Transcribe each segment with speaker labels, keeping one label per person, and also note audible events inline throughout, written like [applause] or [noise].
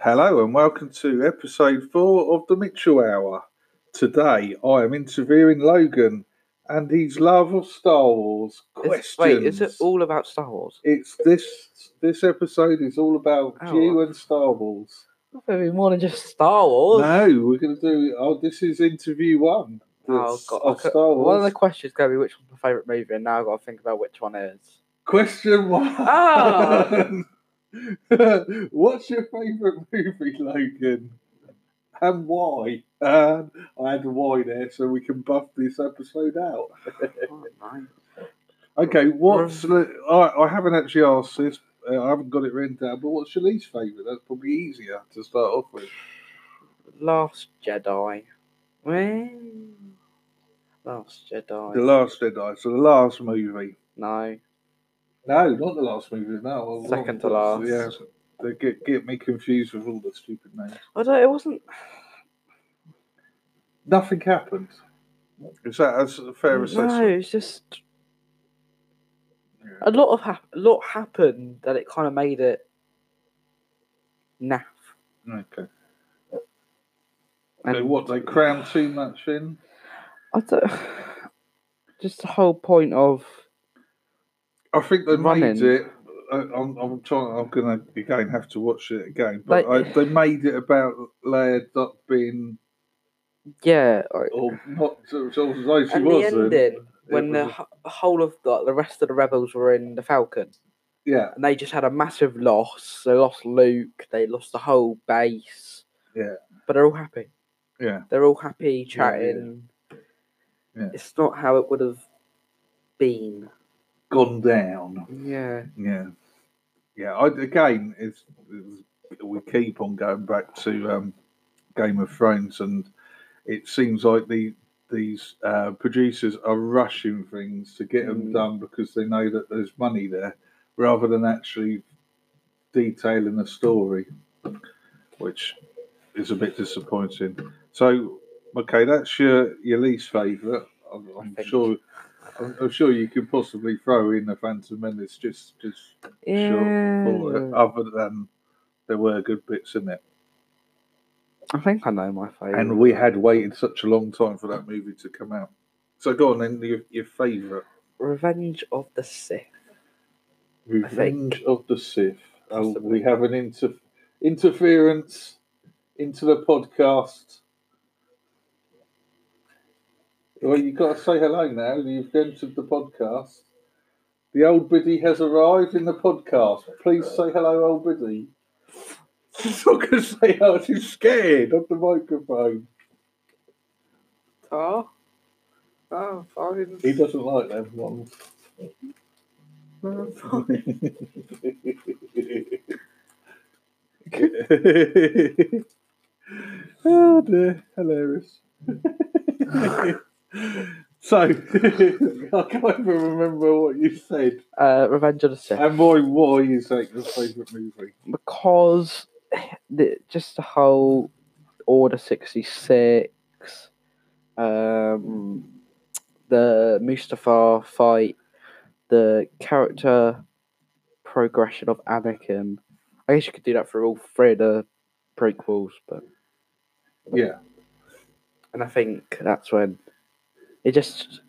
Speaker 1: Hello and welcome to episode four of the Mitchell Hour. Today I am interviewing Logan and his love of Star Wars questions.
Speaker 2: Is, wait, is it all about Star Wars?
Speaker 1: It's this this episode is all about
Speaker 2: Oh.
Speaker 1: you and Star Wars.
Speaker 2: Not very more than just Star Wars.
Speaker 1: No, we're gonna do oh this is interview one.
Speaker 2: Oh
Speaker 1: that's
Speaker 2: god!
Speaker 1: Of
Speaker 2: okay,
Speaker 1: Star
Speaker 2: One of the
Speaker 1: Wars.
Speaker 2: questions is going to be which one's my favourite movie, and now I've got to think about which one is. [laughs]
Speaker 1: Question one.
Speaker 2: Ah.
Speaker 1: [laughs] What's your favourite movie, Logan? And why? And I had why there so we can buff this episode out.
Speaker 2: Oh, nice.
Speaker 1: Okay, what's the- I, I haven't actually asked this. Uh, I haven't got it written down. But what's your least favourite? That's probably easier to start off with.
Speaker 2: Last Jedi. When? Last Jedi.
Speaker 1: The Last Jedi. So the last movie.
Speaker 2: no.
Speaker 1: No, not the last movie. No, I-
Speaker 2: Second to last.
Speaker 1: Yeah, they get get me confused with all the stupid names.
Speaker 2: I don't. It wasn't.
Speaker 1: Nothing happened. Is that as a fair
Speaker 2: No,
Speaker 1: assessment?
Speaker 2: it's just
Speaker 1: Yeah.
Speaker 2: a lot of hap- a lot happened that it kind of made it naff.
Speaker 1: Okay.
Speaker 2: And
Speaker 1: So what they cram too much in?
Speaker 2: I don't, [sighs] just the whole point of
Speaker 1: I think they
Speaker 2: Running.
Speaker 1: made it. I, I'm, I'm trying. I'm gonna again have to watch it again. But
Speaker 2: Like-
Speaker 1: I, they made it about Leia not being
Speaker 2: yeah, like,
Speaker 1: or not. So, so, so she
Speaker 2: and the
Speaker 1: wasn't.
Speaker 2: ending
Speaker 1: um, It
Speaker 2: when the
Speaker 1: was-
Speaker 2: ho- whole of like, the rest of the rebels were in the Falcon
Speaker 1: yeah,
Speaker 2: and they just had a massive loss. They lost Luke. They lost the whole base.
Speaker 1: Yeah.
Speaker 2: but they're all happy.
Speaker 1: yeah,
Speaker 2: They're all
Speaker 1: Yeah,
Speaker 2: happy
Speaker 1: yeah.
Speaker 2: chatting.
Speaker 1: Yeah.
Speaker 2: It's not how it would have been.
Speaker 1: gone down.
Speaker 2: Yeah.
Speaker 1: Yeah, yeah. I, again, it's, it's we keep on going back to um, Game of Thrones, and it seems like the these uh, producers are rushing things to get them
Speaker 2: Mm.
Speaker 1: done because they know that there's money there, rather than actually detailing the story, which is a bit disappointing. So, okay, that's your your least favourite. I'm, I'm
Speaker 2: think.
Speaker 1: sure. I'm, I'm sure you could possibly throw in the Phantom Menace just just
Speaker 2: Yeah.
Speaker 1: for it, uh, other than there were good bits in it.
Speaker 2: I think I know my favorite.
Speaker 1: And we had waited such a long time for that movie to come out. So go on then, your, your favourite.
Speaker 2: Revenge of the Sith.
Speaker 1: Revenge of the Sith. Oh,
Speaker 2: Possibly.
Speaker 1: we have an inter- interference into the podcast. Well, you've got to say hello now. You've entered the podcast. The old biddy has arrived in the podcast. Please say hello, old biddy. [laughs] She's not going to say hello. She's scared of the microphone.
Speaker 2: Oh, oh, fine.
Speaker 1: He doesn't like them ones. [laughs] oh dear, hilarious. [laughs] so, [laughs] I can't even remember what you said.
Speaker 2: Uh, Revenge of the Sith.
Speaker 1: And why, why is that your favourite movie?
Speaker 2: because the, just the whole Order 66, um, the Mustafar fight, the character progression of Anakin. I guess you could do that for all three of the prequels, but.
Speaker 1: Yeah.
Speaker 2: And I think that's when it just.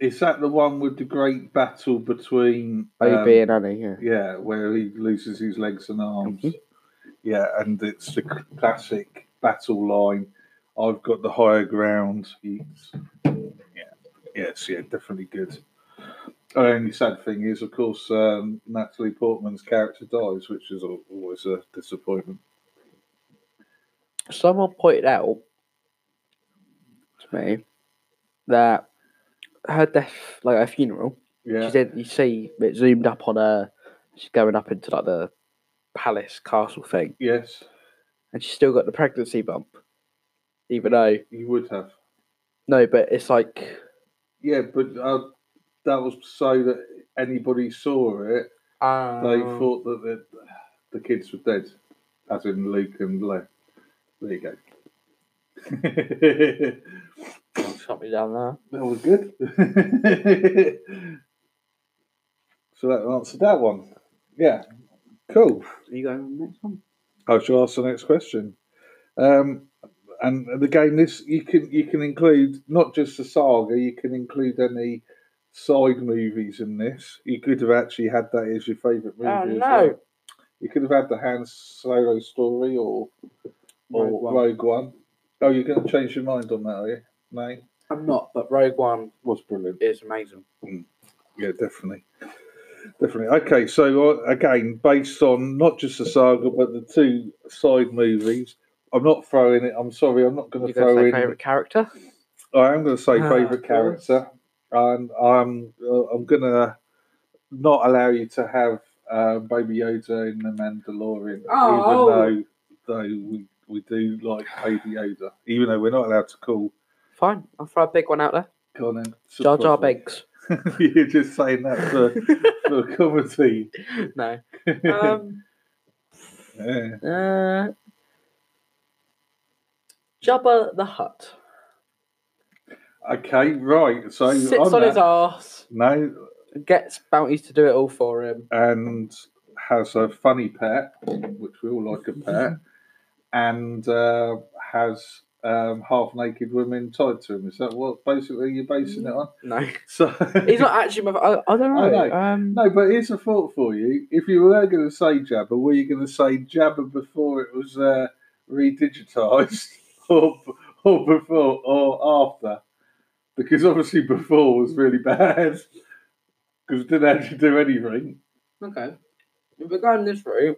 Speaker 1: Is that the one with the great battle between um,
Speaker 2: Obi and Annie, yeah.
Speaker 1: Yeah, where he loses his legs and arms.
Speaker 2: Mhm.
Speaker 1: Yeah, and it's the classic battle line. I've got the higher ground. He's, yeah, yes, yeah, definitely good. The only sad thing is, of course, um, Natalie Portman's character dies, which is al- always a disappointment.
Speaker 2: someone pointed out to me that her death, like her funeral,
Speaker 1: Yeah,
Speaker 2: she did. You see it zoomed up on her. She's going up into like the palace castle thing,
Speaker 1: yes,
Speaker 2: and she's still got the pregnancy bump, even though
Speaker 1: you would have.
Speaker 2: no, but it's like
Speaker 1: Yeah, but uh, that was so that anybody saw it,
Speaker 2: um,
Speaker 1: they thought that the, the kids were dead, as in Luke and Leia. There you go. [laughs] that
Speaker 2: shut me down there.
Speaker 1: was [laughs] good. so that answered that one. Yeah, cool.
Speaker 2: you going on the next one?
Speaker 1: I shall ask the next question. Um, and again, this you can you can include not just the saga. You can include any side movies in this. You could have actually had that as your favourite movie. as
Speaker 2: Oh, no.
Speaker 1: well. You could have had the Han Solo story or or
Speaker 2: Rogue
Speaker 1: Rogue
Speaker 2: One.
Speaker 1: One. Oh, you're going to change your mind on that, are you? No,
Speaker 2: I'm not, but Rogue One
Speaker 1: was brilliant.
Speaker 2: is amazing.
Speaker 1: Yeah, definitely. Definitely. Okay, so uh, again, based on not just the saga, but the two side movies, I'm not throwing it. I'm sorry, I'm not going to
Speaker 2: You gonna
Speaker 1: throw
Speaker 2: say
Speaker 1: in.
Speaker 2: favourite character?
Speaker 1: I am going to say
Speaker 2: Ah, of
Speaker 1: favourite
Speaker 2: course.
Speaker 1: character, and I'm uh, I'm going to not allow you to have uh, Baby Yoda in the Mandalorian,
Speaker 2: Oh.
Speaker 1: even though though we, we do like Baby Yoda, even though we're not allowed to call
Speaker 2: Fine, I'll throw a big one out there.
Speaker 1: Conan.
Speaker 2: Jar Jar
Speaker 1: Surprise
Speaker 2: Binks.
Speaker 1: me. [laughs] You're just saying that
Speaker 2: [laughs]
Speaker 1: for, for comedy.
Speaker 2: no. Um,
Speaker 1: [laughs] Yeah.
Speaker 2: uh, Jabba the Hutt
Speaker 1: Okay, right. So
Speaker 2: sits
Speaker 1: on
Speaker 2: on his
Speaker 1: that
Speaker 2: ass,
Speaker 1: note,
Speaker 2: gets bounties to do it all for him.
Speaker 1: and has a funny pet, which we all like a pet, and uh, has um, half naked women tied to him. Is that what basically you're basing it on?
Speaker 2: No,
Speaker 1: So
Speaker 2: [laughs]
Speaker 1: [laughs]
Speaker 2: he's not actually. My, I, I don't know.
Speaker 1: I know.
Speaker 2: Um,
Speaker 1: No, but here's a thought for you. If you were going to say Jabba, were you going to say Jabba before it was uh, redigitized, [laughs] or or before or after? Because obviously before was really [laughs] bad because it didn't actually do anything.
Speaker 2: Okay. If we're going this route,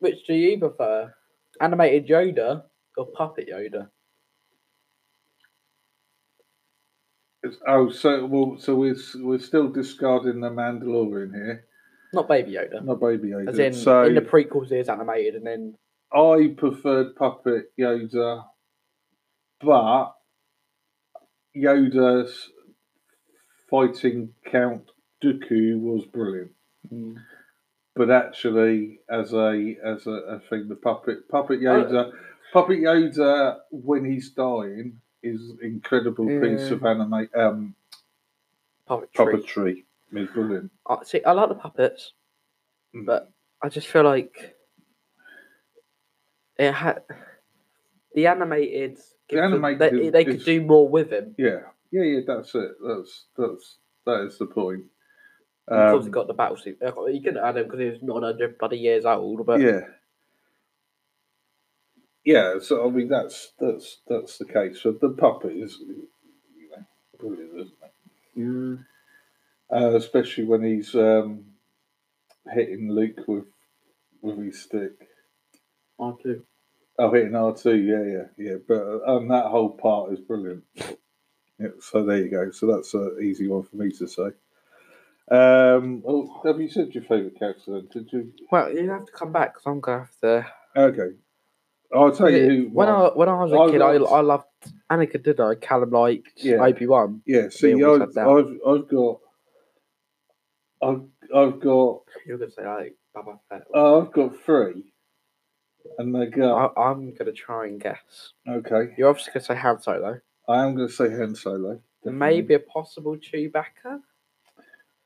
Speaker 2: which do you prefer? Animated Yoda or puppet Yoda?
Speaker 1: It's, oh, so well, so we're s- we're still discarding the Mandalorian here,
Speaker 2: Not Baby Yoda.
Speaker 1: not Baby Yoda.
Speaker 2: As in,
Speaker 1: so
Speaker 2: in the prequels, he is animated, and then
Speaker 1: I preferred Puppet Yoda, but Yoda's fighting Count Dooku was brilliant. Mm. But actually, as a as a, a thing, the puppet Puppet
Speaker 2: Oh.
Speaker 1: Yoda, Puppet Yoda when he's dying is incredible piece
Speaker 2: Yeah.
Speaker 1: of anime um,
Speaker 2: puppetry.
Speaker 1: puppetry. It's brilliant.
Speaker 2: I, see, I like the puppets,
Speaker 1: Mm.
Speaker 2: but I just feel like it had the animated. gives them-
Speaker 1: animated
Speaker 2: they,
Speaker 1: is-
Speaker 2: they could
Speaker 1: is-
Speaker 2: do more with him.
Speaker 1: Yeah, yeah, yeah. That's it. That's that's that is the point.
Speaker 2: He's obviously
Speaker 1: Um,
Speaker 2: got the battle suit. You couldn't add him because he was not hundred bloody years old. But
Speaker 1: yeah yeah so i mean that's that's that's the case so the puppet is you know, brilliant isn't it
Speaker 2: Mm,
Speaker 1: uh, especially when he's um hitting luke with with his stick
Speaker 2: I do.
Speaker 1: oh hitting r2 yeah yeah yeah but uh, and that whole part is brilliant yeah, so there you go so that's an easy one for me to say um oh, have you said your favorite character then did you
Speaker 2: Well, you have to come back because I'm gonna have to.
Speaker 1: okay i'll tell you who
Speaker 2: when
Speaker 1: mine-
Speaker 2: I when I was a
Speaker 1: I
Speaker 2: kid, I,
Speaker 1: liked-
Speaker 2: I loved Anakin, did I? Callum liked
Speaker 1: Yeah.
Speaker 2: Obi Wan.
Speaker 1: Yeah, see,
Speaker 2: always
Speaker 1: I've,
Speaker 2: had that.
Speaker 1: I've I've got I've I've got
Speaker 2: You're gonna say like Baba Fett.
Speaker 1: oh, I've got three, and they go
Speaker 2: I, I'm gonna try and guess.
Speaker 1: okay.
Speaker 2: You're obviously gonna say Han Solo.
Speaker 1: I am going to say Han Solo. definitely.
Speaker 2: Maybe a possible Chewbacca.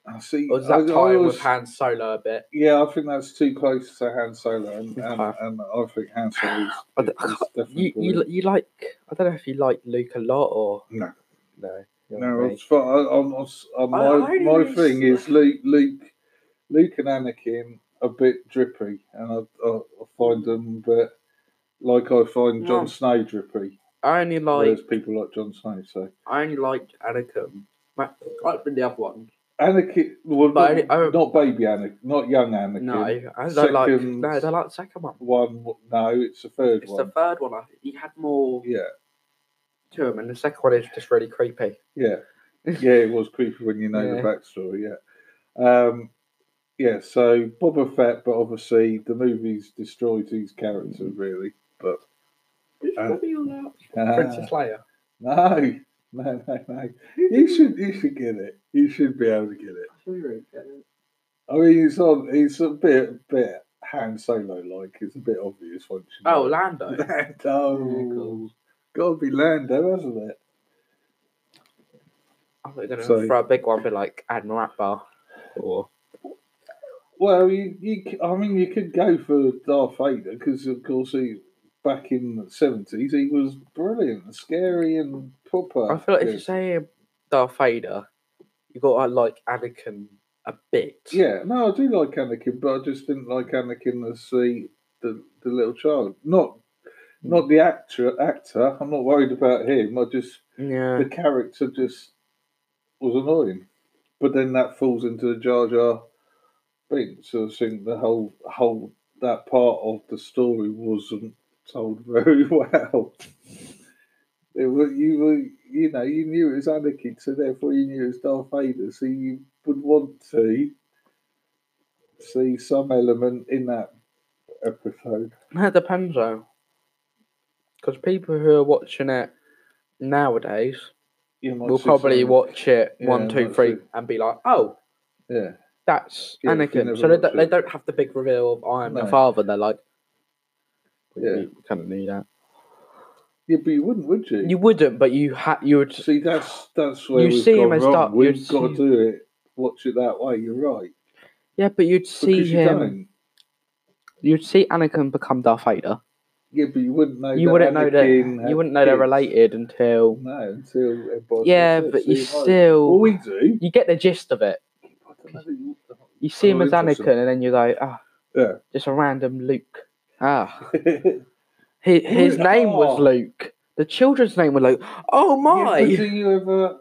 Speaker 1: I see.
Speaker 2: Or does
Speaker 1: I-
Speaker 2: that
Speaker 1: I
Speaker 2: tie in with
Speaker 1: always-
Speaker 2: Han Solo a bit?
Speaker 1: Yeah, I think that's too close to Han Solo, and, and,
Speaker 2: Okay.
Speaker 1: and I think Han Solo is,
Speaker 2: [sighs] I d-
Speaker 1: is definitely
Speaker 2: [laughs] You, you
Speaker 1: brilliant.
Speaker 2: you like I don't know if you like Luke a lot or
Speaker 1: No.
Speaker 2: no. you know
Speaker 1: No,
Speaker 2: what I mean.
Speaker 1: it's fi- I- I'm, I'm, s- uh,
Speaker 2: I- I
Speaker 1: my
Speaker 2: only
Speaker 1: my
Speaker 2: really
Speaker 1: thing
Speaker 2: s-
Speaker 1: is Luke, Luke, Luke and Anakin a bit drippy, and I, I, I find them, but like I find
Speaker 2: No.
Speaker 1: Jon Snow drippy.
Speaker 2: I only like
Speaker 1: whereas people like Jon Snow, so
Speaker 2: I only liked Anakin. I liked the other one.
Speaker 1: Anakin, well,
Speaker 2: But
Speaker 1: not,
Speaker 2: I- I-
Speaker 1: not baby Anakin, not young Anakin.
Speaker 2: No, I don't like
Speaker 1: Second-
Speaker 2: no, I don't like the second one.
Speaker 1: One, no, it's the third
Speaker 2: It's
Speaker 1: one.
Speaker 2: the third one. I, he had more
Speaker 1: Yeah,
Speaker 2: to him, and the second one is just really creepy.
Speaker 1: yeah, yeah. It was creepy when you know the
Speaker 2: Yeah.
Speaker 1: backstory. Yeah, um, yeah. So Boba Fett, but obviously the movies destroyed his character
Speaker 2: Mm.
Speaker 1: really. But Uh, uh,
Speaker 2: Princess Leia.
Speaker 1: no, no, no, no. You should, you should get it. You should be able to get it. I mean, it's on. It's a bit, bit Han Solo like. It's a bit obvious once you.
Speaker 2: Oh,
Speaker 1: know. [laughs]
Speaker 2: Lando.
Speaker 1: Lando. Gotta be Lando, hasn't it?
Speaker 2: I thought you were going to
Speaker 1: So-
Speaker 2: throw a big one, be like Admiral Akbar. Or
Speaker 1: Well, you, you, c- I mean, you could go for Darth Vader because, of course, he back in the seventies he was brilliant, and scary, and proper.
Speaker 2: I feel like if you
Speaker 1: good.
Speaker 2: say Darth Vader, you got to like Anakin a bit.
Speaker 1: Yeah, no, I do like Anakin, but I just didn't like Anakin as the the, the little child. Not
Speaker 2: Hmm.
Speaker 1: not the actor actor. I'm not worried about him. I just
Speaker 2: Yeah.
Speaker 1: the character just was annoying. But then that falls into the Jar Jar thing. So I think the whole whole that part of the story wasn't told [laughs] very well. It was you were you know you knew it was Anakin, so therefore you knew it was Darth Vader. So you would want to see some element in that episode.
Speaker 2: That depends though. Because people who are watching it nowadays
Speaker 1: You might
Speaker 2: will
Speaker 1: see
Speaker 2: probably
Speaker 1: something-
Speaker 2: watch it
Speaker 1: Yeah,
Speaker 2: one, two,
Speaker 1: might
Speaker 2: three,
Speaker 1: see-
Speaker 2: and be like, oh,
Speaker 1: Yeah,
Speaker 2: that's
Speaker 1: Yeah, if you
Speaker 2: Anakin.
Speaker 1: never
Speaker 2: So they,
Speaker 1: watch
Speaker 2: don't, they
Speaker 1: it.
Speaker 2: don't have the big reveal of I am the
Speaker 1: No.
Speaker 2: father. They're like,
Speaker 1: Yeah.
Speaker 2: you kind of knew that.
Speaker 1: yeah, but you wouldn't, would you?
Speaker 2: You wouldn't, but you ha- you would.
Speaker 1: See, that's that's where
Speaker 2: You
Speaker 1: we've
Speaker 2: see
Speaker 1: gone
Speaker 2: him as
Speaker 1: wrong.
Speaker 2: dark- you
Speaker 1: We've got
Speaker 2: see-
Speaker 1: to do it. Watch it that way. You're right.
Speaker 2: Yeah, but you'd see
Speaker 1: Because you
Speaker 2: him.
Speaker 1: don't.
Speaker 2: You would see Anakin become Darth Vader.
Speaker 1: Yeah, but you wouldn't know.
Speaker 2: You
Speaker 1: that
Speaker 2: wouldn't know
Speaker 1: Anakin
Speaker 2: that.
Speaker 1: had
Speaker 2: You wouldn't know they're
Speaker 1: kids.
Speaker 2: related until.
Speaker 1: No, until everybody
Speaker 2: Yeah,
Speaker 1: says it,
Speaker 2: but
Speaker 1: so
Speaker 2: you
Speaker 1: you're right.
Speaker 2: still
Speaker 1: All we do.
Speaker 2: you get the gist of it.
Speaker 1: I don't know that you- [laughs]
Speaker 2: You see him
Speaker 1: Oh,
Speaker 2: as Anakin,
Speaker 1: interesting.
Speaker 2: and then you go, ah,
Speaker 1: Yeah.
Speaker 2: just a random Luke. Ah,
Speaker 1: Yeah,
Speaker 2: his, his
Speaker 1: Luke,
Speaker 2: name was
Speaker 1: ah.
Speaker 2: Luke. The children's name was Luke. Oh my!
Speaker 1: but do you ever?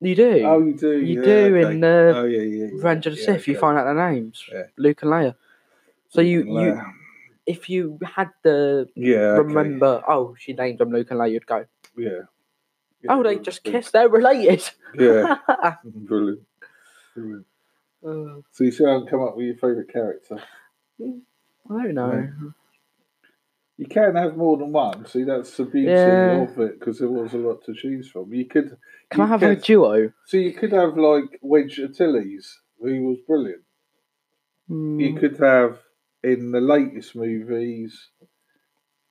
Speaker 2: you do.
Speaker 1: Oh, you do.
Speaker 2: you
Speaker 1: yeah,
Speaker 2: do
Speaker 1: okay.
Speaker 2: in the
Speaker 1: Oh yeah, yeah. yeah,
Speaker 2: Revenge of the
Speaker 1: yeah,
Speaker 2: Sith. You
Speaker 1: okay.
Speaker 2: find out their names,
Speaker 1: Yeah.
Speaker 2: Luke and Leia. So you, you,
Speaker 1: Leia.
Speaker 2: if you had the
Speaker 1: yeah. okay.
Speaker 2: remember, oh, she named them Luke and Leia, you'd go,
Speaker 1: Yeah. Yeah,
Speaker 2: oh, they
Speaker 1: yeah,
Speaker 2: just kissed. They're related. [laughs]
Speaker 1: Yeah, [laughs] brilliant. Brilliant.
Speaker 2: Oh,
Speaker 1: So you still haven't come up with your favourite character.
Speaker 2: I don't know.
Speaker 1: You can have more than one. See, that's the beauty
Speaker 2: Yeah.
Speaker 1: of it because there was a lot to choose from. You could,
Speaker 2: Can I
Speaker 1: You
Speaker 2: have a
Speaker 1: guess-
Speaker 2: duo?
Speaker 1: so you could have like Wedge Antilles, who was brilliant. You
Speaker 2: Mm,
Speaker 1: could have in the latest movies,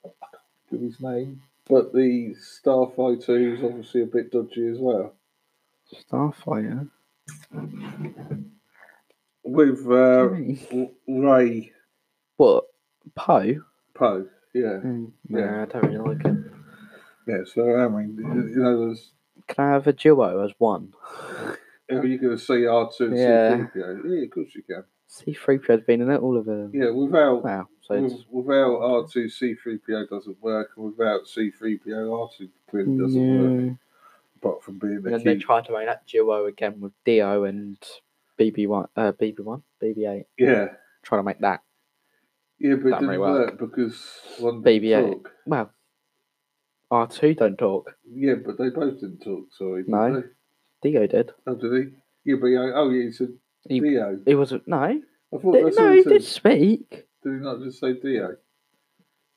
Speaker 1: I can't think of his name, but the Starfighter, who's obviously a bit dodgy as well,
Speaker 2: Starfire.
Speaker 1: with uh,
Speaker 2: Hey.
Speaker 1: R- Ray
Speaker 2: What? Poe?
Speaker 1: Poe. Yeah,
Speaker 2: Mm,
Speaker 1: Yeah.
Speaker 2: Nah, I don't really like it.
Speaker 1: yeah. So I mean, you know, there's
Speaker 2: Can I have a duo as one?
Speaker 1: Are you going to see R2 and
Speaker 2: Yeah.
Speaker 1: C3PO? Yeah, of course you can.
Speaker 2: C3PO has been in it, all of them.
Speaker 1: Yeah, without
Speaker 2: Wow. So
Speaker 1: with,
Speaker 2: it's,
Speaker 1: without R2, C3PO doesn't work, and without C3PO, R2 clearly Mm, doesn't work,
Speaker 2: yeah.
Speaker 1: apart from being
Speaker 2: And
Speaker 1: a
Speaker 2: then they
Speaker 1: key.
Speaker 2: tried to make that duo again with Dio and BB1, uh, BB1, BB8.
Speaker 1: Yeah,
Speaker 2: Trying to make that.
Speaker 1: yeah, but it
Speaker 2: That may
Speaker 1: didn't work
Speaker 2: work.
Speaker 1: because one didn't
Speaker 2: BB-8.
Speaker 1: talk.
Speaker 2: Well, R2 don't talk.
Speaker 1: Yeah, but they both didn't talk, sorry. did
Speaker 2: No.
Speaker 1: they?
Speaker 2: Dio did.
Speaker 1: Oh, did he? Yeah, but yeah, oh, yeah, he said
Speaker 2: He-
Speaker 1: Dio.
Speaker 2: He wasn't. No.
Speaker 1: I thought
Speaker 2: Di-
Speaker 1: that's
Speaker 2: no,
Speaker 1: what
Speaker 2: he
Speaker 1: he
Speaker 2: did
Speaker 1: said.
Speaker 2: speak.
Speaker 1: Did he not just say Dio?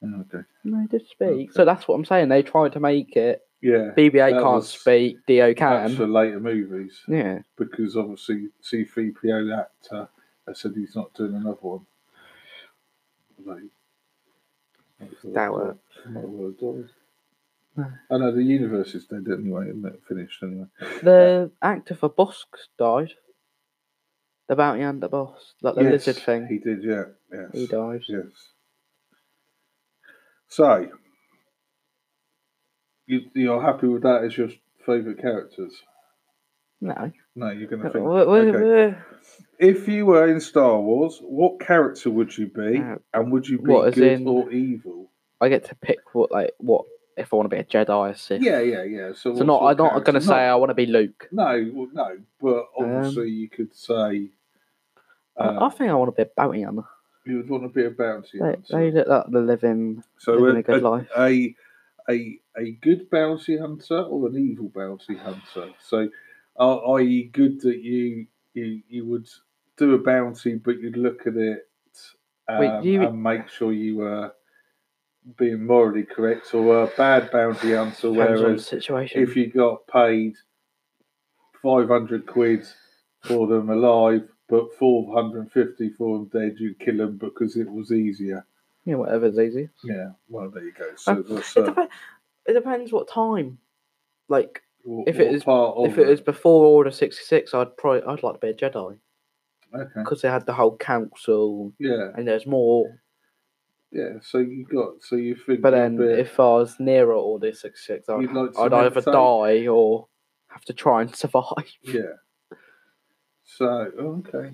Speaker 1: Oh, okay.
Speaker 2: No, he did speak.
Speaker 1: Okay.
Speaker 2: So that's what I'm saying. They tried to make it.
Speaker 1: Yeah.
Speaker 2: BB8
Speaker 1: That
Speaker 2: can't
Speaker 1: was-
Speaker 2: speak. Dio can.
Speaker 1: That's for later movies.
Speaker 2: Yeah.
Speaker 1: because obviously C3PO the actor has said he's not doing another one. Like,
Speaker 2: That works.
Speaker 1: might well have done.
Speaker 2: No.
Speaker 1: I know the universe is dead anyway, isn't it? Finished anyway.
Speaker 2: The actor for Bosk died. The bounty hunter boss, like the
Speaker 1: Yes,
Speaker 2: lizard thing.
Speaker 1: He did, yeah. Yes.
Speaker 2: He, died.
Speaker 1: Yes. So, you, you're happy with that as your favourite characters?
Speaker 2: No.
Speaker 1: No, you're going to think.
Speaker 2: Wha- wha-
Speaker 1: okay.
Speaker 2: wha-
Speaker 1: If you were in Star Wars, what character would you be,
Speaker 2: Uh,
Speaker 1: and would you be
Speaker 2: what, as
Speaker 1: good
Speaker 2: in-
Speaker 1: or evil?
Speaker 2: I get to pick what, like, what if I want to be a Jedi or Sith.
Speaker 1: Yeah, yeah, yeah. So,
Speaker 2: So not, I'm not going to say I want to be Luke.
Speaker 1: no, well, no. But obviously, you could say
Speaker 2: I-
Speaker 1: uh,
Speaker 2: I think I want to be a bounty hunter.
Speaker 1: you would want to be a bounty
Speaker 2: They,
Speaker 1: hunter.
Speaker 2: they look like they're living,
Speaker 1: so
Speaker 2: living a
Speaker 1: a,
Speaker 2: good
Speaker 1: a,
Speaker 2: life.
Speaker 1: a a a good bounty hunter or an evil bounty hunter. So, are, i.e., good that you you you would do a bounty, but you'd look at it um,
Speaker 2: Wait, do you-
Speaker 1: and make sure you were being morally correct, or a bad bounty hunter,
Speaker 2: Depends on the
Speaker 1: whereas
Speaker 2: situation.
Speaker 1: if you got paid 500 quid for them alive, but 450 for them dead, you'd kill them because it was easier.
Speaker 2: yeah, whatever's easy.
Speaker 1: Yeah, well, there you go. So
Speaker 2: Um,
Speaker 1: that's
Speaker 2: It,
Speaker 1: uh,
Speaker 2: dep- it depends what time. Like,
Speaker 1: what,
Speaker 2: if it
Speaker 1: what
Speaker 2: is-
Speaker 1: part of
Speaker 2: if it was before Order 66, I'd probably, I'd like to be a Jedi.
Speaker 1: Okay.
Speaker 2: because they had the whole council
Speaker 1: Yeah.
Speaker 2: and there's more.
Speaker 1: Yeah. So you got. So you think.
Speaker 2: But then
Speaker 1: you'd be-
Speaker 2: if I was nearer all this success, I'd,
Speaker 1: You'd like to
Speaker 2: I'd
Speaker 1: make
Speaker 2: either
Speaker 1: some-
Speaker 2: die or have to try and [laughs] survive.
Speaker 1: Yeah. So oh, okay.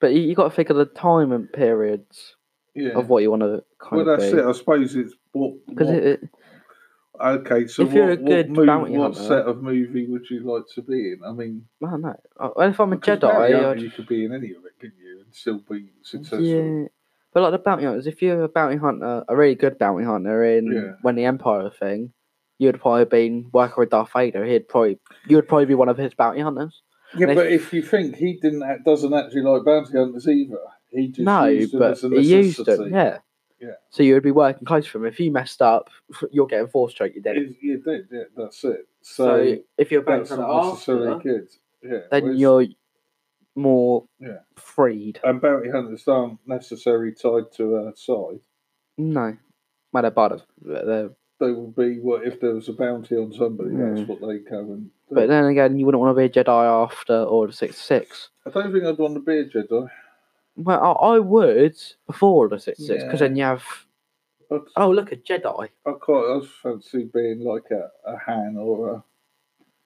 Speaker 2: But you, you got to figure the timing periods
Speaker 1: Yeah.
Speaker 2: of what you want to kind
Speaker 1: well,
Speaker 2: of
Speaker 1: that's
Speaker 2: do.
Speaker 1: it. I suppose it's what.
Speaker 2: Because
Speaker 1: what-
Speaker 2: it, it,
Speaker 1: okay, so
Speaker 2: if you're
Speaker 1: what,
Speaker 2: a
Speaker 1: what,
Speaker 2: good
Speaker 1: move,
Speaker 2: bounty
Speaker 1: what
Speaker 2: hunter-
Speaker 1: set of movie would you like to be in? I mean,
Speaker 2: I don't know. I- Well, uh, if I'm a
Speaker 1: because
Speaker 2: Jedi,
Speaker 1: bounty hunter,
Speaker 2: I'd-
Speaker 1: you could be in any of it, couldn't you, and still be successful?
Speaker 2: yeah. But like the bounty hunters, if you're a bounty hunter, a really good bounty hunter in
Speaker 1: Yeah.
Speaker 2: when the Empire thing, you'd probably been working with Darth Vader. He'd probably you'd probably be one of his bounty hunters.
Speaker 1: Yeah,
Speaker 2: And
Speaker 1: but if you think he didn't act, doesn't actually like bounty hunters either, he just
Speaker 2: no,
Speaker 1: used them
Speaker 2: but
Speaker 1: as a
Speaker 2: he used
Speaker 1: necessity.
Speaker 2: them. Yeah.
Speaker 1: Yeah.
Speaker 2: So you would be working close for him. If you messed up, [laughs] you're getting force choked. You're dead.
Speaker 1: It- you did. Yeah, that's it. So,
Speaker 2: So, if you're a bounty
Speaker 1: uh, that's
Speaker 2: hunter
Speaker 1: not necessarily
Speaker 2: after,
Speaker 1: good. Yeah,
Speaker 2: then
Speaker 1: whereas-
Speaker 2: you're more
Speaker 1: Yeah.
Speaker 2: freed.
Speaker 1: and bounty hunters aren't necessarily tied to a side.
Speaker 2: No, well, they're part of they're
Speaker 1: They would be what if there was a bounty on somebody.
Speaker 2: Yeah.
Speaker 1: That's what they go and. do.
Speaker 2: Hmm. But then again, you wouldn't want to be a Jedi after Order 66.
Speaker 1: I don't think I'd want to be a Jedi.
Speaker 2: Well, I, I would before Order 66, because
Speaker 1: Yeah.
Speaker 2: then you have,
Speaker 1: I,
Speaker 2: oh, look, a Jedi.
Speaker 1: I quite I fancy being like a, a Han or
Speaker 2: A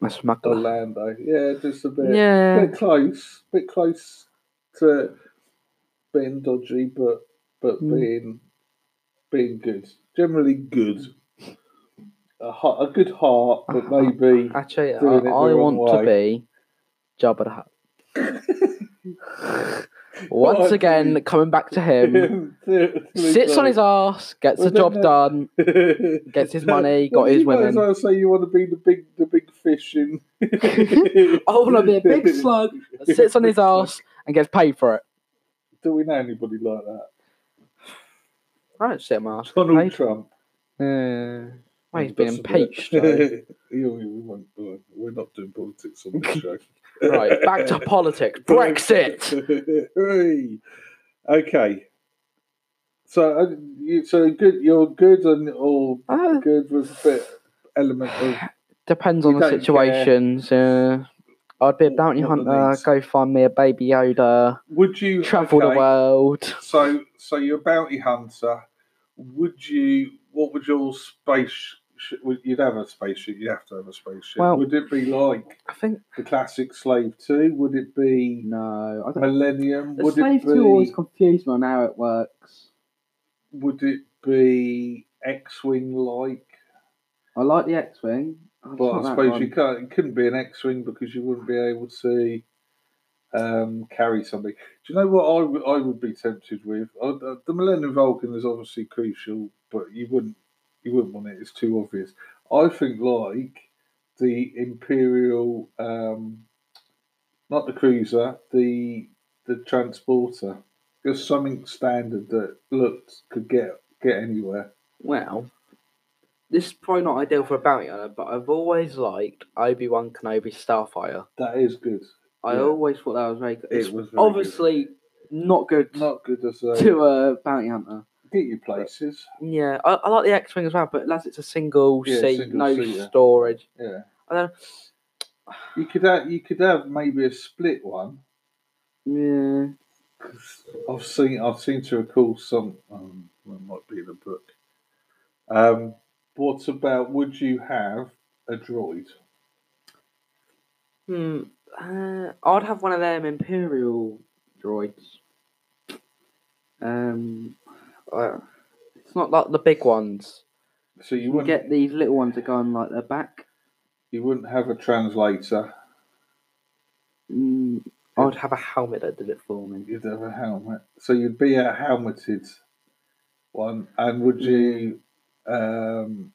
Speaker 1: a, a
Speaker 2: smuggler.
Speaker 1: Lando. Yeah, just a bit,
Speaker 2: Oh. Yeah.
Speaker 1: bit close, bit close to being dodgy, but but
Speaker 2: Mm.
Speaker 1: being being good. Generally good. A, heart, a good heart, but
Speaker 2: Uh,
Speaker 1: maybe
Speaker 2: Actually, I,
Speaker 1: doing it the
Speaker 2: I
Speaker 1: wrong
Speaker 2: want to be Jabba
Speaker 1: [laughs]
Speaker 2: the Hutt. Once
Speaker 1: Right,
Speaker 2: again,
Speaker 1: dude.
Speaker 2: coming back
Speaker 1: [laughs]
Speaker 2: to him. um, Sits on his ass, gets
Speaker 1: Well,
Speaker 2: the job
Speaker 1: then, uh,
Speaker 2: done.
Speaker 1: gets [laughs]
Speaker 2: his money, got his
Speaker 1: you might as
Speaker 2: women.
Speaker 1: well say you want to be the big, the big fish in.
Speaker 2: [laughs] I want to Oh, be
Speaker 1: [laughs]
Speaker 2: a big slug. that Sits on his ass and gets paid for it.
Speaker 1: Do we know anybody like that?
Speaker 2: I don't sit on my ass. get
Speaker 1: Donald
Speaker 2: paid.
Speaker 1: Trump.
Speaker 2: Yeah. Well, he's
Speaker 1: That's
Speaker 2: been
Speaker 1: a bit- [laughs]
Speaker 2: impeached. [laughs] though.
Speaker 1: Yeah, we, we won't, we won't- we're not doing politics on
Speaker 2: [laughs]
Speaker 1: this show.
Speaker 2: right,
Speaker 1: [laughs]
Speaker 2: back to politics. Brexit.
Speaker 1: Hey. [laughs] okay. So, uh, you, so good. You're good and all
Speaker 2: Uh,
Speaker 1: good with a bit element of
Speaker 2: depends
Speaker 1: You
Speaker 2: on the
Speaker 1: don't care.
Speaker 2: situations. Uh, I'd be a
Speaker 1: What-
Speaker 2: bounty
Speaker 1: what the
Speaker 2: hunter.
Speaker 1: needs.
Speaker 2: Go find me a baby Yoda.
Speaker 1: Would you
Speaker 2: Travel
Speaker 1: okay,
Speaker 2: the world.
Speaker 1: So, so you're a bounty hunter. Would you? What would your space? sh- would- You'd have a spaceship. You'd have to have a spaceship.
Speaker 2: Well-
Speaker 1: would it be like
Speaker 2: I think
Speaker 1: the classic Slave Two? Would it be
Speaker 2: no. I don't,
Speaker 1: Millennium?
Speaker 2: the
Speaker 1: would
Speaker 2: slave
Speaker 1: it be?
Speaker 2: two always confused me on how it works.
Speaker 1: Would it be X-wing like?
Speaker 2: I like the X-wing. just
Speaker 1: But
Speaker 2: not
Speaker 1: I
Speaker 2: that
Speaker 1: suppose
Speaker 2: one.
Speaker 1: you can't. It couldn't be an X-wing because you wouldn't be able to um, carry somebody. Do you know what I would- I would be tempted with? I, the the Millennium Vulcan is obviously crucial, but you wouldn't you wouldn't want it. It's too obvious. I think like the Imperial, um, not the cruiser, the the transporter. Just something standard that looked could get get anywhere.
Speaker 2: Well, this is probably not ideal for a bounty hunter, but I've always liked Obi Wan Kenobi's Starfire.
Speaker 1: That is good.
Speaker 2: I
Speaker 1: Yeah.
Speaker 2: always thought that was very good. It's
Speaker 1: It was very good.
Speaker 2: obviously not good
Speaker 1: not good as
Speaker 2: [laughs]
Speaker 1: a
Speaker 2: to a bounty hunter.
Speaker 1: Get your places.
Speaker 2: Yeah, I, I like the X Wing as well, but as it's a single
Speaker 1: Yeah,
Speaker 2: seat,
Speaker 1: single
Speaker 2: no
Speaker 1: seater.
Speaker 2: storage.
Speaker 1: Yeah.
Speaker 2: I don't.
Speaker 1: You could have, you could have maybe a split one.
Speaker 2: Yeah,
Speaker 1: 'cause I've seen I've seen to recall some. Um, that might be the book. Um, what about would you have a droid?
Speaker 2: hmm. Uh, I'd have one of them Imperial droids. Um, uh, it's not like the big ones.
Speaker 1: So you
Speaker 2: You
Speaker 1: wouldn't
Speaker 2: get these little ones that go on like their back.
Speaker 1: you wouldn't have a translator.
Speaker 2: Mm, I'd have a helmet that did it for me.
Speaker 1: You'd have a helmet. So you'd be a helmeted one. And would you? Um,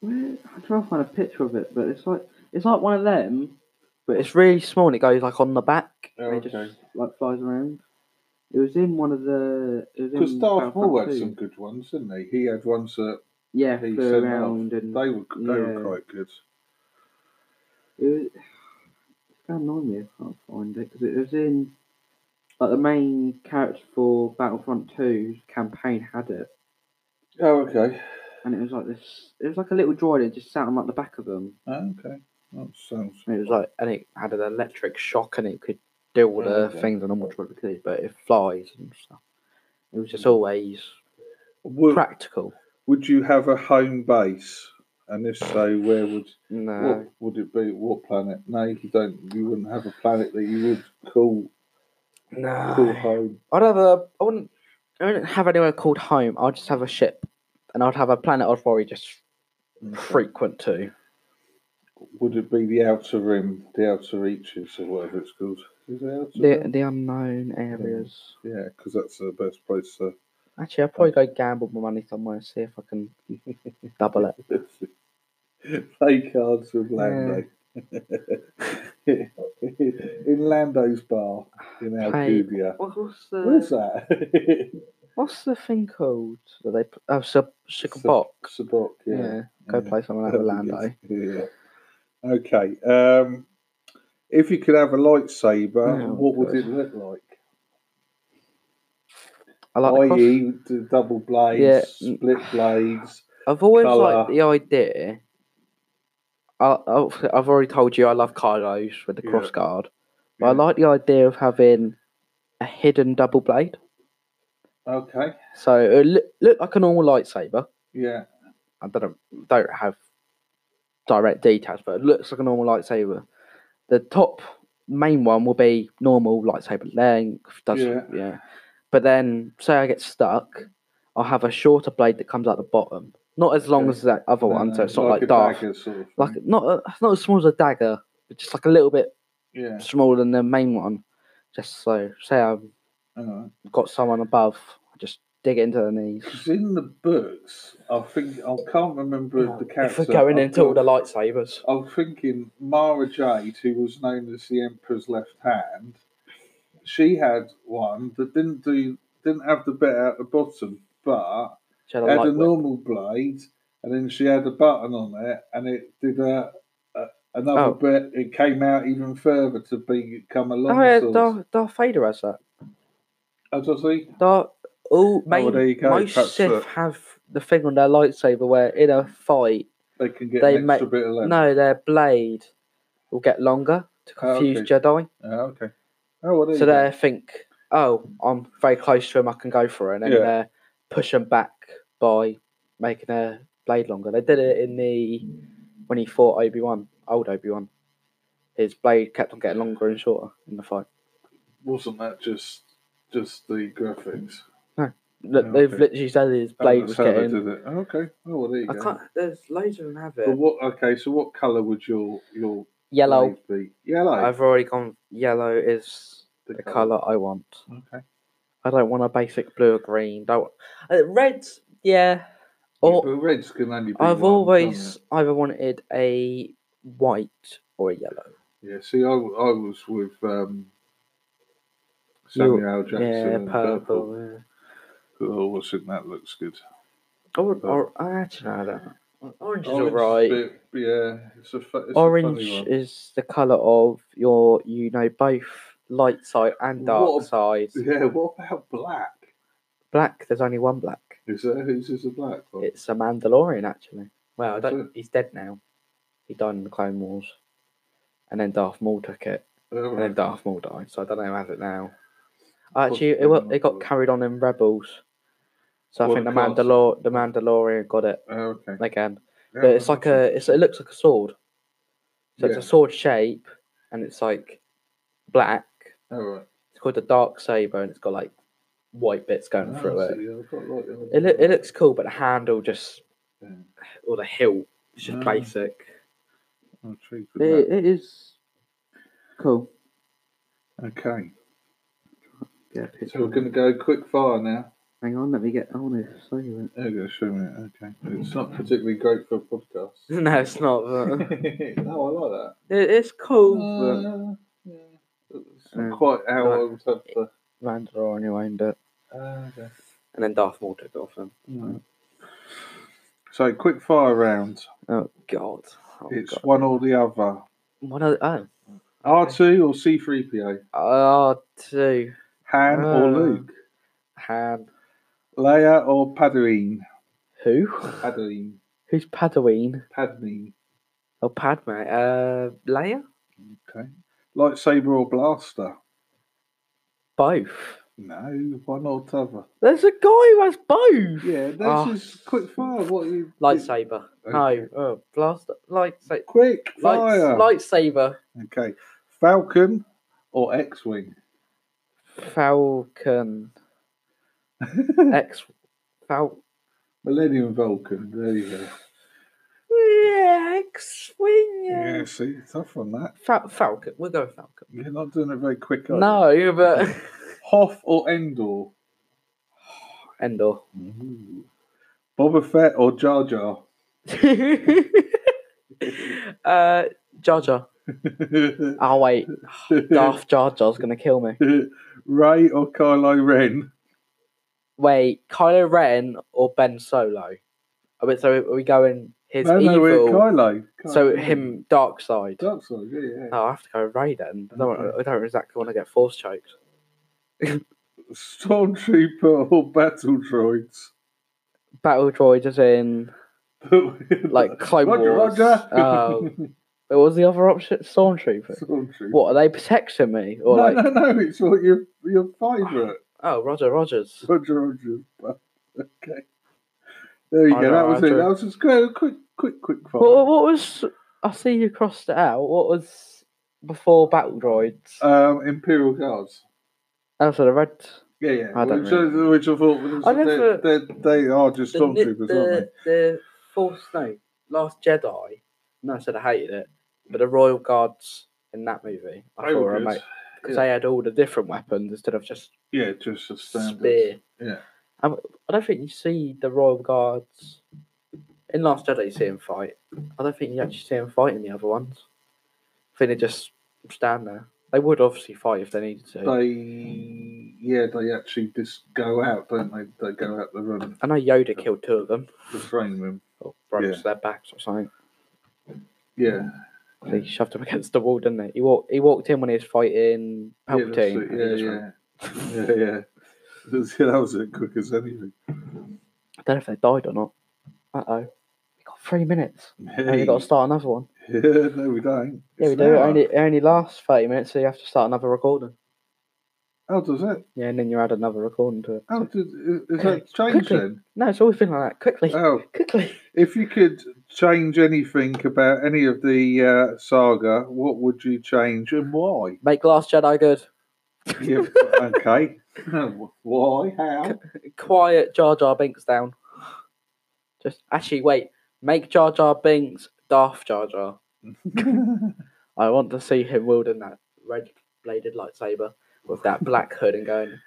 Speaker 2: Where, I'm trying to find a picture of it, but it's like it's like one of them, but it's really small and it goes like on the back.
Speaker 1: Oh,
Speaker 2: and it
Speaker 1: okay.
Speaker 2: just like flies around. It was in one of the. It was
Speaker 1: because
Speaker 2: in
Speaker 1: Darth
Speaker 2: Battlefront
Speaker 1: Maul had
Speaker 2: 2.
Speaker 1: some good ones, didn't he? He had ones that
Speaker 2: Yeah,
Speaker 1: he
Speaker 2: flew
Speaker 1: sent
Speaker 2: around
Speaker 1: off.
Speaker 2: and
Speaker 1: They were they
Speaker 2: yeah.
Speaker 1: were quite good.
Speaker 2: it was. It's gonna annoy me. I can't find it because it was in. Like the main character for Battlefront 2's campaign had it,
Speaker 1: Oh, okay.
Speaker 2: and it was like this. It was like a little droid that just sat on like the back of them.
Speaker 1: Oh, Okay. That sounds.
Speaker 2: And it was like, and it had an electric shock, and it could do all the
Speaker 1: Okay.
Speaker 2: things. I don't know what it could do, but it flies and stuff. It was just always
Speaker 1: Would,
Speaker 2: practical.
Speaker 1: would you have a home base? And if so, where would
Speaker 2: No,
Speaker 1: what would it be? What planet? No, you don't. You wouldn't have a planet that you would call call
Speaker 2: no.
Speaker 1: home.
Speaker 2: I'd have a. I wouldn't. I wouldn't have anywhere called home. I'd just have a ship, and I'd have a planet I'd probably just frequent to.
Speaker 1: Would it be the outer rim, the outer reaches, or whatever it's called? Is it outer
Speaker 2: The
Speaker 1: rim?
Speaker 2: the unknown areas.
Speaker 1: Yeah, because that's the best place to.
Speaker 2: Actually, I'll probably go gamble my money somewhere and see if I can [laughs] double it.
Speaker 1: [laughs] Play cards with Lando. [laughs] in Lando's bar in
Speaker 2: Play-
Speaker 1: Alcubia.
Speaker 2: What, what's
Speaker 1: Where's
Speaker 2: the
Speaker 1: that? [laughs]
Speaker 2: What's the thing called? That they p- oh sub
Speaker 1: Sub-
Speaker 2: Shikabok.
Speaker 1: Sabok,
Speaker 2: Yeah.
Speaker 1: yeah.
Speaker 2: go
Speaker 1: yeah.
Speaker 2: play some of that with Lando.
Speaker 1: [laughs] Yeah. Okay. Um, if you could have a lightsaber,
Speaker 2: Oh,
Speaker 1: what would
Speaker 2: God.
Speaker 1: it look like?
Speaker 2: I like. the cross-
Speaker 1: I.e., E, the double blades,
Speaker 2: Yeah.
Speaker 1: split blades.
Speaker 2: I've always
Speaker 1: colour.
Speaker 2: liked the idea. I, I've I've already told you I love Kylo's with the
Speaker 1: Yeah.
Speaker 2: cross guard, but I
Speaker 1: Yeah.
Speaker 2: like the idea of having a hidden double blade.
Speaker 1: Okay.
Speaker 2: So it look, look like a normal lightsaber.
Speaker 1: Yeah.
Speaker 2: I don't know- don't have direct details, but it looks like a normal lightsaber. The top main one will be normal lightsaber length. Does yeah.
Speaker 1: Yeah.
Speaker 2: But then, say I get stuck, I'll have a shorter blade that comes out the bottom. Not as long
Speaker 1: Okay.
Speaker 2: as that other one,
Speaker 1: Uh,
Speaker 2: so Oh, it's not like,
Speaker 1: a
Speaker 2: Darth.
Speaker 1: dagger sort of thing.
Speaker 2: Like not a, not as small as a dagger, but just like a little bit
Speaker 1: yeah.
Speaker 2: smaller than the main one. Just so, say I've
Speaker 1: Alright.
Speaker 2: got someone above, I just dig it into the knees.
Speaker 1: 'Cause in the books, I think I can't remember the uh,
Speaker 2: If
Speaker 1: character.
Speaker 2: we're going
Speaker 1: I've
Speaker 2: into all the
Speaker 1: got-
Speaker 2: lightsabers.
Speaker 1: I'm thinking Mara Jade, who was known as the Emperor's left hand. She had one that didn't do didn't have the bit out the bottom, but
Speaker 2: She had a
Speaker 1: had
Speaker 2: light
Speaker 1: a
Speaker 2: whip.
Speaker 1: normal blade, and then she had a button on it, and it did a, a another
Speaker 2: Oh.
Speaker 1: bit. It came out even further to become a long
Speaker 2: Oh, yeah,
Speaker 1: sword.
Speaker 2: Darth, Darth Vader has that.
Speaker 1: As I see,
Speaker 2: Darth, all, main,
Speaker 1: Oh, there you go,
Speaker 2: most
Speaker 1: perhaps uh,
Speaker 2: Sith
Speaker 1: that-
Speaker 2: have the thing on their lightsaber where in a fight,
Speaker 1: they can get
Speaker 2: They
Speaker 1: an extra
Speaker 2: make-
Speaker 1: bit of length.
Speaker 2: no, their blade will get longer to
Speaker 1: Oh,
Speaker 2: confuse
Speaker 1: okay.
Speaker 2: Jedi.
Speaker 1: Ah, okay. Oh, well, there
Speaker 2: so
Speaker 1: you go.
Speaker 2: they think, oh, I'm very close to him, I can go for it. And then
Speaker 1: Yeah.
Speaker 2: they're pushing back by making their blade longer. They did it in the when he fought Obi Wan, old Obi Wan. His blade kept on getting longer and shorter in the fight.
Speaker 1: Wasn't that just just the graphics?
Speaker 2: Look,
Speaker 1: Oh,
Speaker 2: they've
Speaker 1: okay.
Speaker 2: literally said his
Speaker 1: Oh,
Speaker 2: blade
Speaker 1: that's
Speaker 2: was
Speaker 1: how they
Speaker 2: getting.
Speaker 1: did it. Oh, okay. Oh, well, there you
Speaker 2: I
Speaker 1: go.
Speaker 2: can't. There's loads of them have
Speaker 1: But
Speaker 2: it.
Speaker 1: what? Okay, so what colour would your your
Speaker 2: Yellow.
Speaker 1: blade be? Yellow.
Speaker 2: I've already gone. Yellow is the
Speaker 1: colour.
Speaker 2: color I want.
Speaker 1: Okay.
Speaker 2: I don't want a basic blue or green. Don't. Uh, red. Yeah. Or
Speaker 1: but red's can only be.
Speaker 2: I've
Speaker 1: one,
Speaker 2: always
Speaker 1: can't
Speaker 2: either wanted a white or a yellow.
Speaker 1: it? Yeah. See, I, w- I was with um,
Speaker 2: You-
Speaker 1: Samuel L. Jackson
Speaker 2: yeah,
Speaker 1: and purple.
Speaker 2: purple. yeah.
Speaker 1: Oh, I think that looks good.
Speaker 2: I would.
Speaker 1: Purple.
Speaker 2: Or, I actually no, I don't. Orange
Speaker 1: Orange
Speaker 2: is
Speaker 1: is a
Speaker 2: alright.
Speaker 1: bit- yeah, it's a. fu- It's
Speaker 2: Orange
Speaker 1: A funny one.
Speaker 2: is the color of your, you know, both light side and dark
Speaker 1: What a-
Speaker 2: side.
Speaker 1: Yeah. What about black?
Speaker 2: Black. There's only one black.
Speaker 1: Is there who's is a black one?
Speaker 2: It's a Mandalorian, actually. Well, I
Speaker 1: Is
Speaker 2: don't, he's dead now. He died in the Clone Wars, and then Darth Maul took it,
Speaker 1: Oh,
Speaker 2: and then
Speaker 1: right.
Speaker 2: Darth Maul died. So I don't know who has it now.
Speaker 1: course
Speaker 2: Actually,
Speaker 1: we
Speaker 2: it, wa-
Speaker 1: know.
Speaker 2: it got carried on in Rebels. So
Speaker 1: Well,
Speaker 2: I think the
Speaker 1: of course.
Speaker 2: Mandalor the Mandalorian got it
Speaker 1: Oh, okay.
Speaker 2: again.
Speaker 1: Yeah,
Speaker 2: But it's like
Speaker 1: okay.
Speaker 2: a it's, it looks like a sword.
Speaker 1: Yeah.
Speaker 2: So it's a sword shape, and it's like black.
Speaker 1: All right.
Speaker 2: It's called the dark saber, and it's got like white bits going
Speaker 1: Oh,
Speaker 2: through
Speaker 1: I
Speaker 2: it.
Speaker 1: see, yeah, I quite like that.
Speaker 2: It, loo- it looks cool, but the handle just,
Speaker 1: Yeah.
Speaker 2: or the hilt, is just
Speaker 1: Ah.
Speaker 2: basic.
Speaker 1: I'm intrigued with that.
Speaker 2: It, it is cool.
Speaker 1: Okay,
Speaker 2: Yeah,
Speaker 1: so we're going to go quick fire now.
Speaker 2: Hang on, let me get. I want to save
Speaker 1: There you go, show me. it, Okay, it's not particularly great for a
Speaker 2: [laughs]
Speaker 1: podcast. [laughs]
Speaker 2: it. [laughs] No, it's not. [laughs] But
Speaker 1: no,
Speaker 2: it, it's
Speaker 1: I
Speaker 2: cool.
Speaker 1: like that. Uh, yeah. It's
Speaker 2: Um,
Speaker 1: not quite how I would have the.
Speaker 2: But Mandalorian owned it,
Speaker 1: Uh, okay.
Speaker 2: and then Darth Maul took it off him.
Speaker 1: Mm. So quick fire round.
Speaker 2: Oh God! Oh,
Speaker 1: it's
Speaker 2: God.
Speaker 1: one or the other.
Speaker 2: What are, oh,
Speaker 1: R two or C three PO.
Speaker 2: R two
Speaker 1: Han or
Speaker 2: Ah.
Speaker 1: Luke.
Speaker 2: Han.
Speaker 1: Leia or Padawan.
Speaker 2: Who? [laughs]
Speaker 1: Padawan.
Speaker 2: Who's Padawin?
Speaker 1: Padme.
Speaker 2: Oh, Padme. Uh, Leia?
Speaker 1: Okay. Lightsaber or blaster?
Speaker 2: Both.
Speaker 1: No, one or the other.
Speaker 2: There's a guy who has both.
Speaker 1: Yeah, this
Speaker 2: Ah.
Speaker 1: is quick fire. What you
Speaker 2: Lightsaber.
Speaker 1: Okay.
Speaker 2: No, uh, blaster. Lightsaber.
Speaker 1: Quick fire.
Speaker 2: Lights, lightsaber.
Speaker 1: Okay, Falcon or X-wing? [laughs]
Speaker 2: Falcon. X. Fal.
Speaker 1: Millennium Falcon. There you go.
Speaker 2: Yeah, X Wing.
Speaker 1: Yeah, see, tough on that.
Speaker 2: Fal- Falcon. We'll go with Falcon.
Speaker 1: You're not doing it very quick. Are you?
Speaker 2: No, but
Speaker 1: Hoth or Endor?
Speaker 2: [laughs] Endor.
Speaker 1: Ooh. Boba Fett or Jar Jar?
Speaker 2: [laughs] uh, Jar Jar. Oh wait,
Speaker 1: [laughs]
Speaker 2: Darth Jar Jar's gonna kill me.
Speaker 1: Ray or Kylo Ren?
Speaker 2: Wait, Kylo Ren or Ben Solo? Oh, wait, so are we going his
Speaker 1: no, no, we're
Speaker 2: evil?
Speaker 1: Kylo. Kylo
Speaker 2: so
Speaker 1: Ren.
Speaker 2: him dark side.
Speaker 1: Dark side, yeah, yeah.
Speaker 2: Oh, I have to go with Ray then. I don't,
Speaker 1: Okay.
Speaker 2: I don't exactly want to get force choked.
Speaker 1: Stormtrooper or battle droids? [laughs]
Speaker 2: Battle droid as in like Clone
Speaker 1: Roger,
Speaker 2: Wars.
Speaker 1: Roger. [laughs]
Speaker 2: Oh, what was the other option? Stormtrooper.
Speaker 1: Stormtrooper.
Speaker 2: What are they protecting me or
Speaker 1: no,
Speaker 2: like?
Speaker 1: no, no, it's what your your favourite.
Speaker 2: Oh, Roger Rogers.
Speaker 1: [laughs] Roger, Roger. Okay. There you
Speaker 2: Roger,
Speaker 1: go. That was it.
Speaker 2: Roger.
Speaker 1: That was just quick, quick, quick, quick fire.
Speaker 2: What, what was? I see you crossed it out. What was before battle droids?
Speaker 1: Um, Imperial Guards.
Speaker 2: Oh, so the red.
Speaker 1: Yeah, yeah.
Speaker 2: I don't
Speaker 1: which,
Speaker 2: really-
Speaker 1: I, which I thought was,
Speaker 2: I
Speaker 1: they,
Speaker 2: never-
Speaker 1: they, they are just
Speaker 2: The, ni-
Speaker 1: stormtroopers, aren't
Speaker 2: the, the Force, no, Last Jedi. No, I said I hated it, but the Royal Guards in that movie, I
Speaker 1: They
Speaker 2: thought
Speaker 1: were
Speaker 2: were
Speaker 1: good.
Speaker 2: amazing because they had all the different weapons instead of just
Speaker 1: they? Yeah, just a standard.
Speaker 2: spear.
Speaker 1: Yeah.
Speaker 2: I, I don't think you see the Royal Guards in Last Jedi. You see them fight. I don't think you actually see them fight in the other ones. I think they just stand there. They would obviously fight if they needed to.
Speaker 1: They, yeah, they actually just go out, don't they? They go out the run
Speaker 2: I know Yoda killed two of them,
Speaker 1: to frame them.
Speaker 2: or broke
Speaker 1: Yeah.
Speaker 2: their backs or something.
Speaker 1: Yeah.
Speaker 2: He shoved him [laughs] against the wall, didn't he? He walked. He walked in when he was fighting Palpatine. and he
Speaker 1: Yeah,
Speaker 2: just went-
Speaker 1: that's it. [laughs] yeah, yeah. yeah, yeah. That was- that was as quick as anything.
Speaker 2: I don't know if they died or not. Uh oh. We got three minutes. And
Speaker 1: Hey.
Speaker 2: we got to start another one.
Speaker 1: [laughs] Yeah, no, we don't.
Speaker 2: Yeah, we
Speaker 1: It's an
Speaker 2: do. It
Speaker 1: hour.
Speaker 2: only it only lasts thirty minutes, so you have to start another recording.
Speaker 1: How does it?
Speaker 2: Yeah, and then you add another recording to it.
Speaker 1: How did is is that changed
Speaker 2: Quickly.
Speaker 1: then?
Speaker 2: No, it's always been like that. Quickly,
Speaker 1: Oh,
Speaker 2: quickly.
Speaker 1: if you could change anything about any of the uh, saga, what would you change and why? [laughs]
Speaker 2: Make Last Jedi good.
Speaker 1: Yeah, okay. [laughs] why? How?
Speaker 2: Quiet Jar Jar Binks down. Just actually wait. Make Jar Jar Binks Darth Jar Jar. I want to see him wielding that red bladed lightsaber with that black [laughs] hood and going,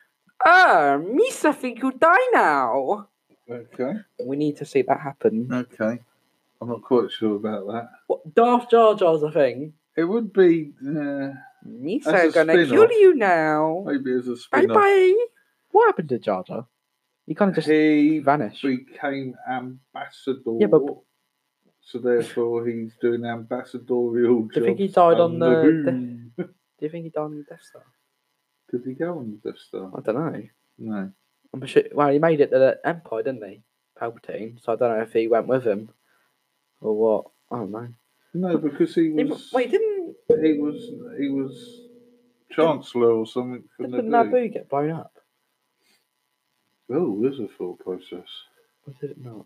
Speaker 2: Ah, Misa, think you die now.
Speaker 1: [laughs] okay.
Speaker 2: We need to see that happen.
Speaker 1: Okay. I'm not quite sure about that.
Speaker 2: What, Darth Jar Jar's a thing.
Speaker 1: It would be uh, That's
Speaker 2: Misa
Speaker 1: a
Speaker 2: gonna
Speaker 1: spin-off.
Speaker 2: kill you now.
Speaker 1: maybe as a
Speaker 2: Bye
Speaker 1: spin off.
Speaker 2: bye. What happened to Jar Jar? He kind of just
Speaker 1: He
Speaker 2: vanished.
Speaker 1: became ambassador.
Speaker 2: Yeah, but-
Speaker 1: So therefore, he's doing ambassadorial
Speaker 2: Do you think he
Speaker 1: jobs
Speaker 2: died on the
Speaker 1: moon.
Speaker 2: Do you think he died on the Death Star?
Speaker 1: Did he go on the Death Star?
Speaker 2: I don't know.
Speaker 1: No.
Speaker 2: I'm sure. Well, he made it to the Empire, didn't he? Palpatine. So I don't know if he went with him or what. I don't know.
Speaker 1: No, because he
Speaker 2: He-
Speaker 1: was
Speaker 2: Wait, didn't,
Speaker 1: he was he was chancellor or something for
Speaker 2: didn't
Speaker 1: Naboo.
Speaker 2: Naboo get blown up?
Speaker 1: Oh, there's a thought process.
Speaker 2: Or did it not?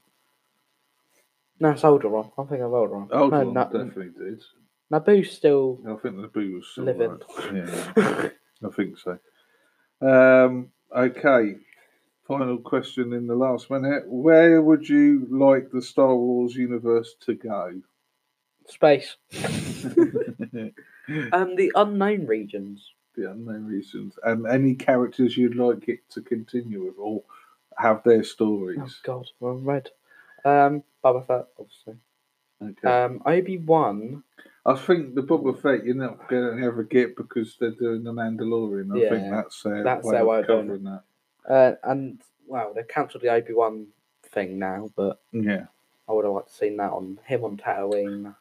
Speaker 2: No, it's Alderaan. I think I'm Alderaan.
Speaker 1: Oh,
Speaker 2: no,
Speaker 1: John
Speaker 2: Na-
Speaker 1: definitely did.
Speaker 2: Naboo's still.
Speaker 1: I think Naboo was still
Speaker 2: Living.
Speaker 1: right. Yeah, I think so. Um, okay. Final question in the last minute. Where would you like the Star Wars universe to go? [laughs]
Speaker 2: Space. [laughs]
Speaker 1: the
Speaker 2: Um, the unknown regions.
Speaker 1: unknown reasons. And any characters you'd like it to continue with or have their
Speaker 2: Oh
Speaker 1: stories.
Speaker 2: God, we're on red. Um, Boba Fett, obviously.
Speaker 1: Okay.
Speaker 2: Um, Obi Wan.
Speaker 1: I think the Boba Fett you're not going to ever get because they're doing the Mandalorian. I think
Speaker 2: Yeah,
Speaker 1: that's their
Speaker 2: that's
Speaker 1: way
Speaker 2: their
Speaker 1: of
Speaker 2: way of doing
Speaker 1: covering that.
Speaker 2: Uh, and wow, they cancelled the Obi Wan thing now, but
Speaker 1: Yeah.
Speaker 2: I would have liked to seen that on him on Tatooine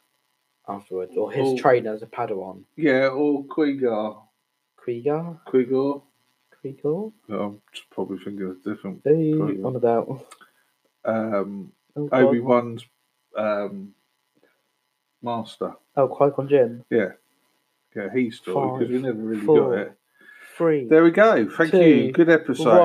Speaker 2: afterwards, or his
Speaker 1: Or-
Speaker 2: trainer as a Padawan.
Speaker 1: Yeah, or Quigar.
Speaker 2: Krieger,
Speaker 1: Quigor.
Speaker 2: Krieger.
Speaker 1: I'm just probably thinking of different.
Speaker 2: Hey,
Speaker 1: Krieger.
Speaker 2: one of that.
Speaker 1: Um,
Speaker 2: Oh, God.
Speaker 1: Obi Wan's um, master.
Speaker 2: Oh, Qui Gon Jinn.
Speaker 1: Yeah, he story because we
Speaker 2: Five,
Speaker 1: never really
Speaker 2: four,
Speaker 1: got it.
Speaker 2: Three.
Speaker 1: There we go. Thank
Speaker 2: two,
Speaker 1: you. Good episode.